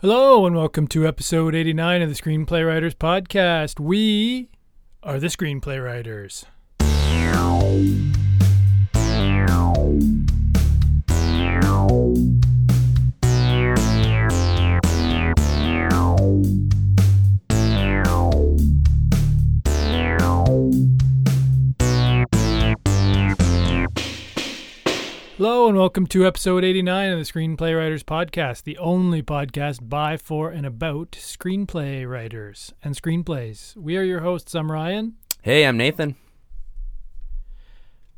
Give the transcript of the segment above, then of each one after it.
Hello, and welcome to episode 89 of the Screenplay Writers Podcast. We are the Screenplay Writers. Hello, and welcome to episode 89 of the Screenplay Writers Podcast, the only podcast by, for, and about screenplay writers and screenplays. We are your hosts. I'm Ryan, Hey, I'm Nathan.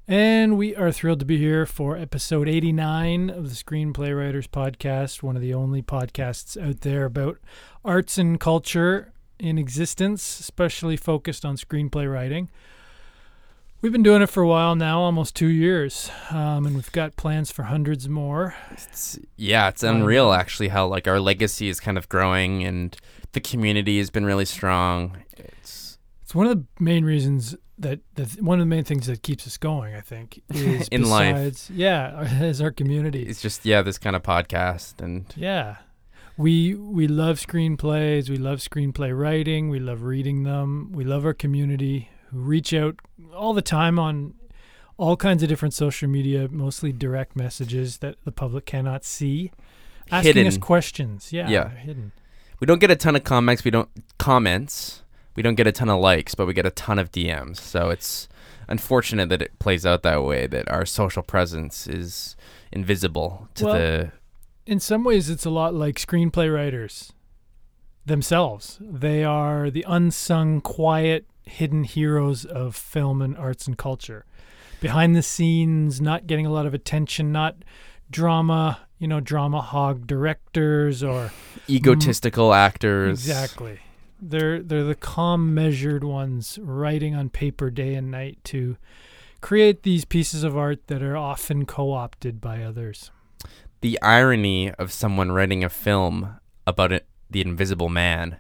and we are thrilled to be here for episode 89 of the Screenplay Writers Podcast, one of the only podcasts out there about arts and culture in existence, especially focused on screenplay writing. We've been doing it for a while now, almost two years, um, and we've got plans for hundreds more. It's, yeah, it's unreal actually how like our legacy is kind of growing and the community has been really strong. It's It's one of the main reasons that that one of the main things that keeps us going, I think, is In life. besides, yeah, is our community. it's just yeah, this kind of podcast and Yeah, we we love screenplays. We love screenplay writing. We love reading them. We love our community who reach out all the time on all kinds of different social media, mostly direct messages that the public cannot see, asking us Hidden. questions. Yeah, Yeah. they're hidden. we don't get a ton of comments, we don't comments. We don't get a ton of likes, but we get a ton of DMs. So it's unfortunate that it plays out that way that our social presence is invisible to Well, the in some ways it's a lot like screenplay writers themselves they are the unsung quiet hidden heroes of film and arts and culture behind the scenes not getting a lot of attention not drama you know drama hog directors or mm. egotistical actors. exactly they're they're the calm measured ones writing on paper day and night to create these pieces of art that are often co-opted by others the irony of someone writing a film about it, the invisible man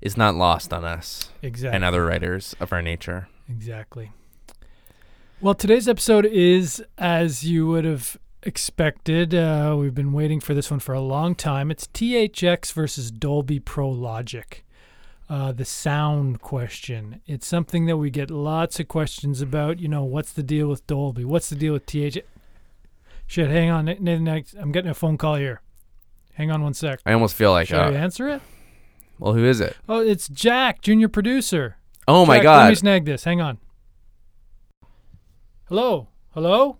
is not lost on us exactly and other writers of our nature. Exactly. Well, today's episode is, as you would have expected, uh, we've been waiting for this one for a long time. It's THX versus Dolby Pro Logic, uh, the sound question. It's something that we get lots of questions about. You know, what's the deal with Dolby? What's the deal with THX? Shit, hang on. Nathan, I- I'm getting a phone call here. Hang on one sec. I almost feel like, Should I uh, answer it? well, who is it? Oh, it's Jack, junior producer. Oh my Jack, Let me God! snag this. Hang on. Hello, hello,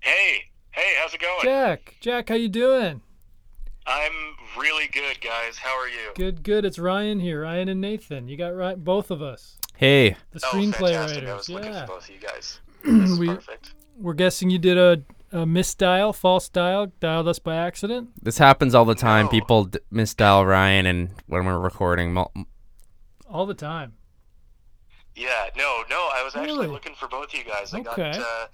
Hey, hey, how's it going? Jack. Jack, how you doing? I'm really good, guys. How are you? Good, good. It's Ryan here. Ryan and Nathan. You got right, both of us. Hey, The Oh, screenplay fantastic. I writers. was looking Yeah. for both of you guys. This is We- perfect. We're guessing you did a, a misdial, false dial, dialed us by accident. this happens all the time. No. People d- misdial Ryan, and when we're recording, mul- All the time. Yeah, no, no, I was actually Really? looking for both of you guys. I Okay. got uh,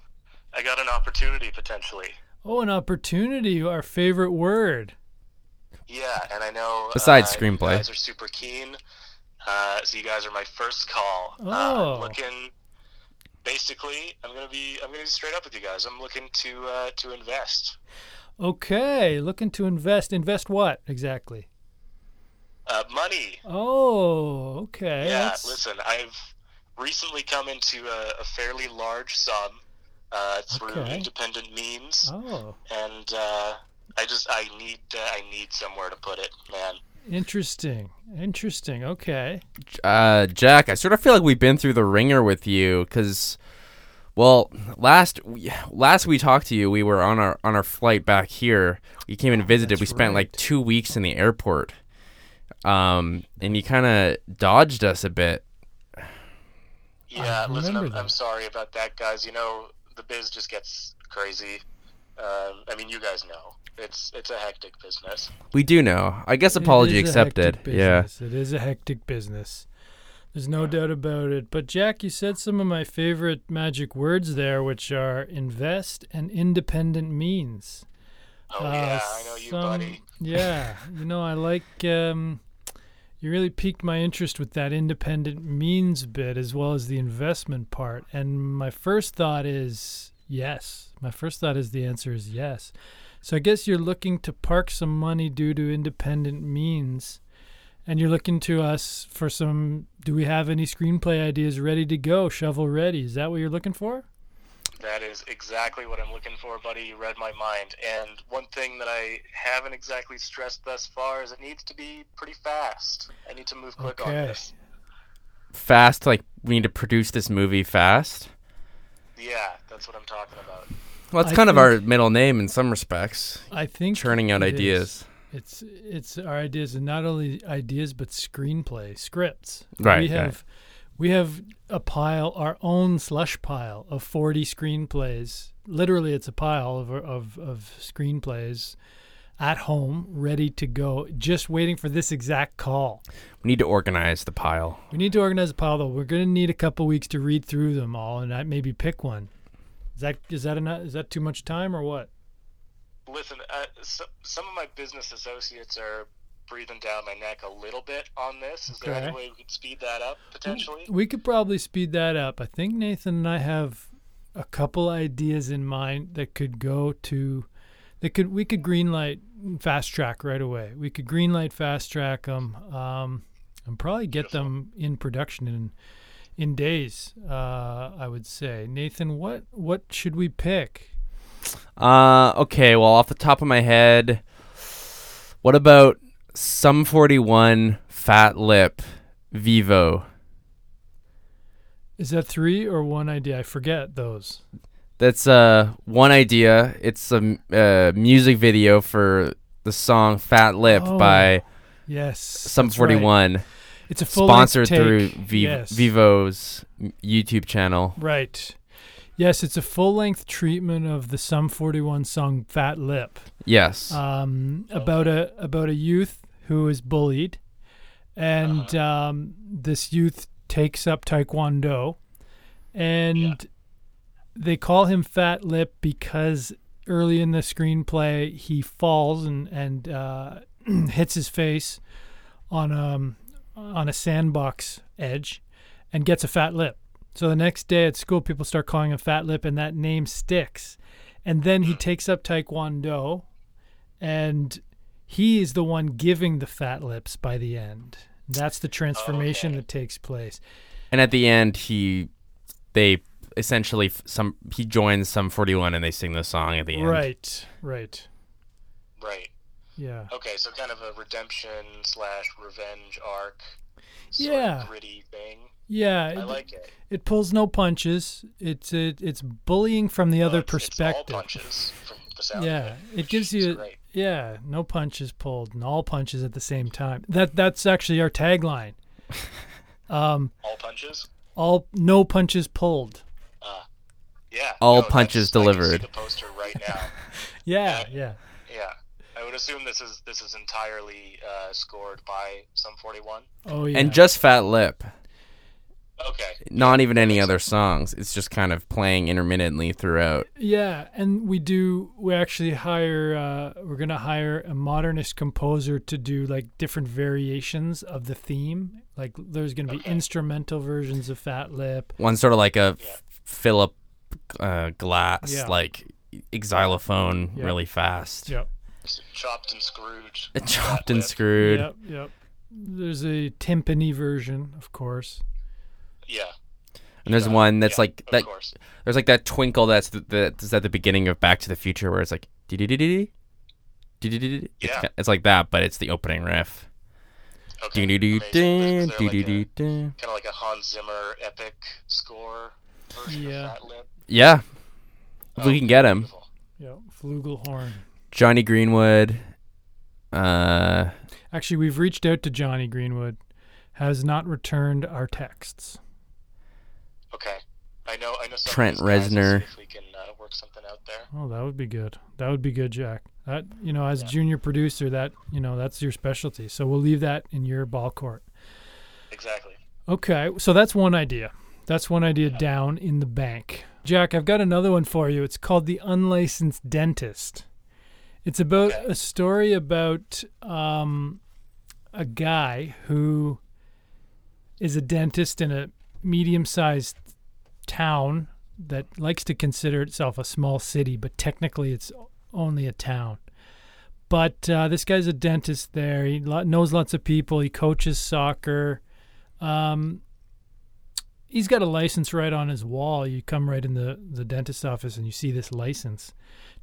I got an opportunity potentially. Oh, an opportunity. Our favorite word. Yeah, and I know Besides uh, screenplay. You guys are super keen. Uh, so you guys are my first call. Oh. Uh, looking basically I'm gonna be I'm gonna be straight up with you guys. I'm looking to uh, to invest. Okay, looking to invest. Invest what exactly? Uh, money. Oh, okay. Yeah, that's- listen, I've recently come into a, a fairly large sum uh, through Okay. independent means, Oh. and uh, I just I need uh, I need somewhere to put it, man. Interesting. Interesting. Okay. uh, Jack, I sort of feel like we've been through the ringer with you because, well, last we, last we talked to you, we were on our on our flight back here. You came and Oh, visited. We that's spent like right. two weeks in the airport, um, and you kind of dodged us a bit. Yeah, listen, remember I'm, I'm that. sorry about that, guys. You know the biz just gets crazy. Um, I mean, you guys know it's it's a hectic business. We do know. I guess apology It is a hectic accepted. Yeah, business. It is a hectic business. There's no doubt about it. But Jack, you said some of my favorite magic words there, which are invest and independent means. Oh Uh, yeah, I know you, some- buddy. Yeah, you know I like. Um, you really piqued my interest with that independent means bit as well as the investment part. And my first thought is yes. My first thought is the answer is yes. So I guess you're looking to park some money due to independent means, and you're looking to us for some. Do we have any screenplay ideas ready to go, shovel ready? Is that what you're looking for? That is exactly what I'm looking for, buddy. You read my mind. And one thing that I haven't exactly stressed thus far is it needs to be pretty fast. I need to move quick on Okay. this. Fast, like we need to produce this movie fast. Yeah, that's what I'm talking about. Well, that's I kind of think- our middle name in some respects. I think Churning out it is. ideas. It's it's our ideas, and not only ideas but screenplay scripts. Right, We right. have we have a pile, our own slush pile of forty screenplays. Literally, it's a pile of of, of screenplays at home, ready to go, just waiting for this exact call. We need to organize the pile. We need to organize a pile, though. We're going to need a couple weeks to read through them all, and I maybe pick one. Is that is that enough? Is that too much time or what? Listen, uh, so, some of my business associates are breathing down my neck a little bit on this. Is there Okay. any way we could speed that up potentially? We could probably speed that up. I think Nathan and I have a couple ideas in mind that could go to that could we could greenlight fast track right away. We could greenlight fast track them um, and probably get them in production in in days. Uh, I would say Nathan, what what should we pick? Uh, okay. Well, off the top of my head, what about some forty-one fat lip Vivo? Is that three or one idea? I forget those. That's uh one idea. It's a m- uh, music video for the song "Fat Lip" Oh, by Yes, Some that's right. Forty One, It's a full sponsored through Viv- Yes. Vivo's m- YouTube channel. Right. Yes, it's a full length treatment of the Sum 41 song Fat Lip Yes, um, about, a, about a youth who is bullied. And um, this youth takes up Taekwondo. And they call him Fat Lip because early in the screenplay, he falls and, and uh, hits his face on um on a sandbox edge and gets a fat lip. So the next day at school people start calling him fat lip and that name sticks. And then he takes up taekwondo and he is the one giving the fat lips by the end. That's the transformation Okay. that takes place. and at the end, he they essentially f- some he joins some forty one, and they sing the song at the end. Right. Right. Right. Yeah. Okay, so kind of a redemption slash revenge arc. Sort Yeah. Of gritty thing. Yeah. I It, like it. it pulls no punches. It's it, it's bullying from the other Well, it's- perspective. It's all punches from the sound. yeah of it, it which gives is you great. yeah no punches pulled and all punches at the same time that that's actually our tagline all punches. all no punches pulled Yeah. All that's- punches I can see delivered. the poster right now. yeah yeah yeah. I would assume this is this is entirely uh, scored by some 41. oh yeah and just "Fat Lip." Okay. Not even any other songs. It's just kind of playing intermittently throughout. yeah and we do we actually hire uh we're gonna hire a modernist composer to do like different variations of the theme like there's gonna be instrumental versions of fat lip one sort of like a Philip uh, Glass, Yeah. like xylophone, Yeah. really fast, yep Chopped and Scrooge. chopped and screwed. yep yep there's a timpani version of course Yeah. And there's one that's yeah, like of that. course. There's like that twinkle that's th- that's at the beginning of Back to the Future, where it's like dee dee dee dee dee dee dee. Yeah. It's like that, but it's the opening riff. Okay. Doo doo doo doo doo doo doo Kind doo. of like a Hans Zimmer epic score version Yeah. of Fat Lip. Yeah, if Oh, we can get him, beautiful. yep flugelhorn Johnny Greenwood. Uh, Actually, we've reached out to Johnny Greenwood, has not returned our texts. Okay. I know. I know. some of Trent these guys. Let's Reznor. see If we can uh, work something out there. Oh, that would be good. That would be good, Jack. That you know, as junior producer, that you know, that's your specialty. So we'll leave that in your ball court. Exactly. Okay, so that's one idea. That's one idea down in the bank. Jack, I've got another one for you. It's called The Unlicensed Dentist. It's about a story about um, a guy who is a dentist in a medium sized town that likes to consider itself a small city, but technically it's only a town. But uh, this guy's a dentist there. He lo- knows lots of people. He coaches soccer. Um, he's got a license right on his wall. You come right in the, the dentist's office and you see this license.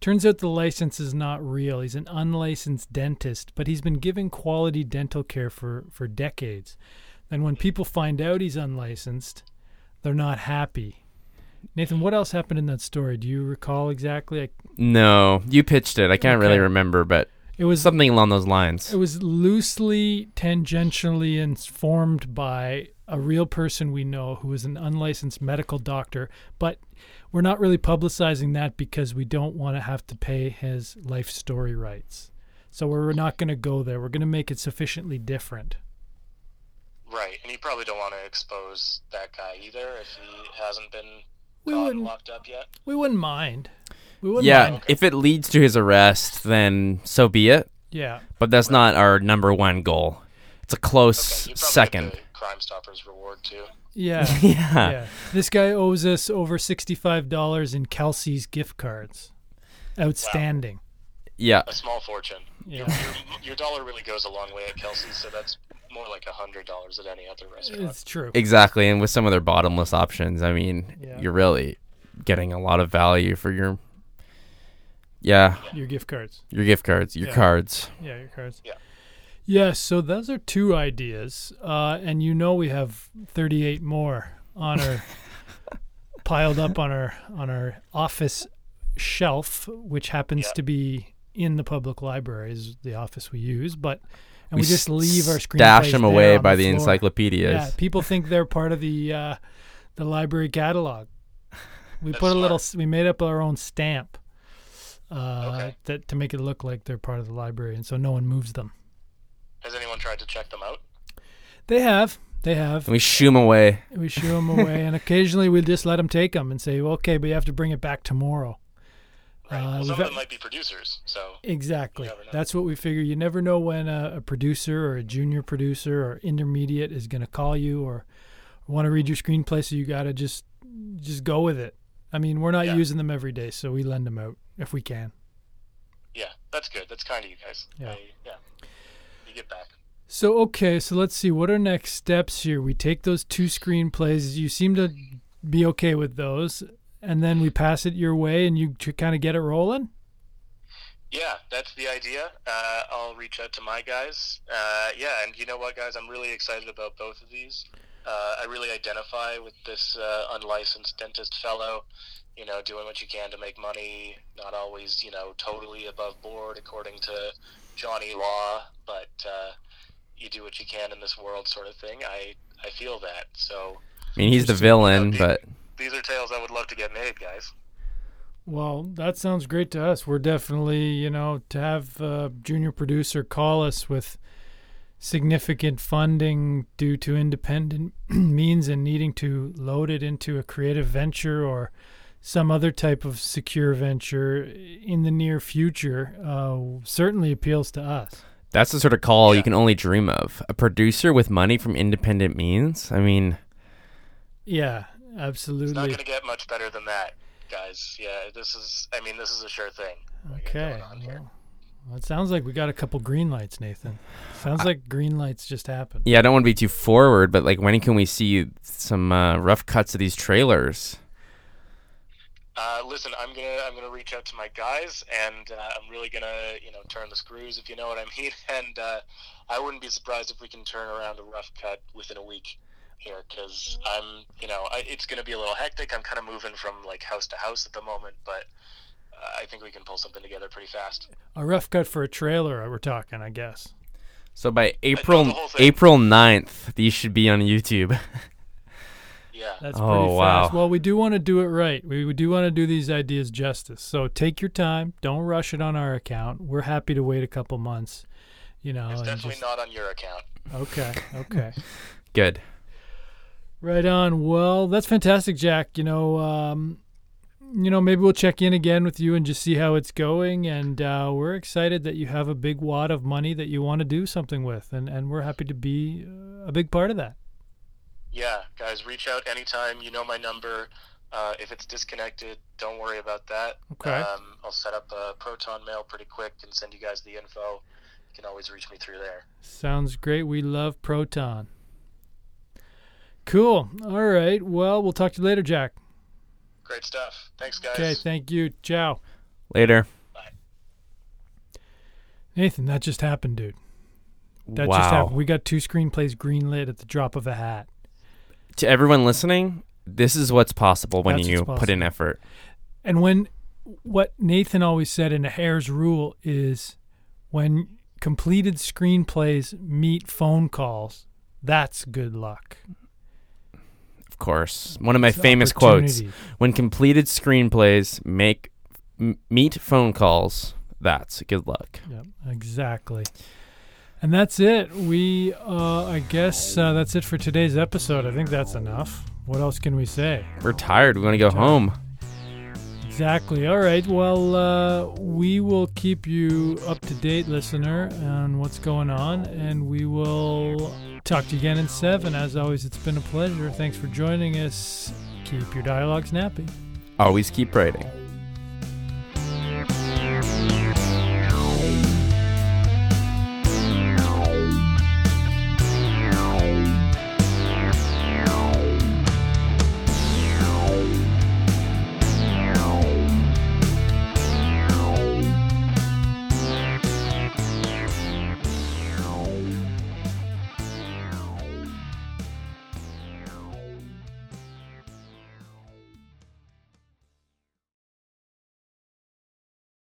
Turns out the license is not real. He's an unlicensed dentist, but he's been giving quality dental care for, for decades. And when people find out he's unlicensed, they're not happy. Nathan, what else happened in that story? Do you recall exactly? I, No, you pitched it. I can't really Okay. remember, but it was something along those lines. It was loosely, tangentially informed by a real person we know who is an unlicensed medical doctor, but we're not really publicizing that because we don't want to have to pay his life story rights. So we're not going to go there. We're going to make it sufficiently different. Right, and you probably don't want to expose that guy either if he hasn't been We caught and wouldn't. locked up yet. We wouldn't mind. We wouldn't Yeah, mind. if it leads to his arrest, then so be it. Yeah. But that's not our number one goal. It's a close Okay, you probably get second. the Crime Stoppers reward too. Yeah. Yeah. yeah. This guy owes us over $65 in Kelsey's gift cards. Outstanding. Yeah. A small fortune. Yeah. Your, your dollar really goes a long way at Kelsey's, so that's more like a hundred dollars at any other restaurant. It's true. Exactly. And with some of their bottomless options, I mean, Yeah. you're really getting a lot of value for your Yeah, Your gift cards. your gift cards, your Yeah. cards. Yeah, your cards. Yeah. Yeah, so those are two ideas. Uh, and you know we have 38 more on our piled up on our on our office shelf, which happens Yeah. to be in the public library is the office we use, but and We we, just s- leave our screen Dash them away by the, encyclopedias. Yeah, people think they're part of the uh, the library catalog. We That's put a little. smart. s- We made up our own stamp uh, Okay. that to make it look like they're part of the library, and so no one moves them. Has anyone tried to check them out? They have, they have. And we shoo 'em away. We shoo them away, and occasionally we just let them take them and say, "Okay, but you have to bring it back tomorrow." Right. Uh, well, we've some got- of them might be producers, so Exactly. You never know. That's what we figure. You never know when a, a producer or a junior producer or intermediate is going to call you or want to read your screenplay. So you got to just just go with it. I mean, we're not Yeah. using them every day, so we lend them out if we can. yeah, that's good. That's kind of you guys. Yeah. I- yeah. You get back. So okay, so let's see what are next steps here. We take those two screenplays. You seem to be okay with those, and then we pass it your way, and you kind of get it rolling. Yeah, that's the idea. Uh, I'll reach out to my guys. Uh, yeah, and you know what, guys? I'm really excited about both of these. Uh, I really identify with this uh, unlicensed dentist fellow, you know, doing what you can to make money, not always, you know, totally above board according to Johnny Law, but uh, you do what you can in this world sort of thing. I, I feel that. So I mean, he's the villain, but these are tales I would love to get made, guys. Well, that sounds great to us. We're definitely, you know, to have a junior producer call us with significant funding due to independent means and needing to load it into a creative venture or some other type of secure venture in the near future uh, certainly appeals to us. that's the sort of call Yeah. you can only dream of. A producer with money from independent means. I mean, Yeah, It's not absolutely. going to get much better than that, guys. Yeah, this is, I mean, this is a sure thing. I got Okay. going on here. Well, it sounds like we got a couple green lights, Nathan. Sounds like green lights just happened. yeah, I don't want to be too forward, but like, when can we see some uh, rough cuts of these trailers? Uh, listen, I'm gonna I'm gonna reach out to my guys, and uh, I'm really gonna you know turn the screws if you know what I mean. And uh, I wouldn't be surprised if we can turn around a rough cut within a week here, because I'm you know I, it's gonna be a little hectic. I'm kind of moving from like house to house at the moment, but uh, I think we can pull something together pretty fast. A rough cut for a trailer, we're talking, I guess. So by the April whole thing. April 9th, these should be on YouTube. Yeah, That's Oh, pretty fast. wow. Well, we do want to do it right. We, we do want to do these ideas justice. So take your time. Don't rush it on our account. We're happy to wait a couple months. You know, it's and definitely just- not on your account. okay, okay, Good. right on. Well, that's fantastic, Jack. You know, um, you know, maybe we'll check in again with you and just see how it's going. And uh, we're excited that you have a big wad of money that you want to do something with, and and we're happy to be uh, a big part of that. Yeah, guys, reach out anytime. You know my number. Uh, if it's disconnected, don't worry about that. Okay. Um, I'll set up a Proton mail pretty quick and send you guys the info. You can always reach me through there. Sounds great. We love Proton. Cool. All right. Well, we'll talk to you later, Jack. Great stuff. Thanks, guys. Okay. Thank you. Ciao. Later. Nathan, that just happened, dude. That wow. just happened. We got two screenplays greenlit at the drop of a hat. to everyone listening, this is what's possible when That's you what's put in effort. And when what Nathan always said in a hair's rule is when completed screenplays meet phone calls, that's good luck. Of course, one of my It's famous quotes: opportunity. "When completed screenplays make m- meet phone calls, that's good luck." Yep, exactly. And that's it. We, uh, I guess, uh, that's it for today's episode. I think that's enough. What else can we say? We're tired. We want to go home. Exactly. All right. Well, uh, we will keep you up to date, listener, on what's going on, and we will talk to you again in seven. As always, it's been a pleasure. Thanks for joining us. Keep your dialogue snappy. Always keep writing.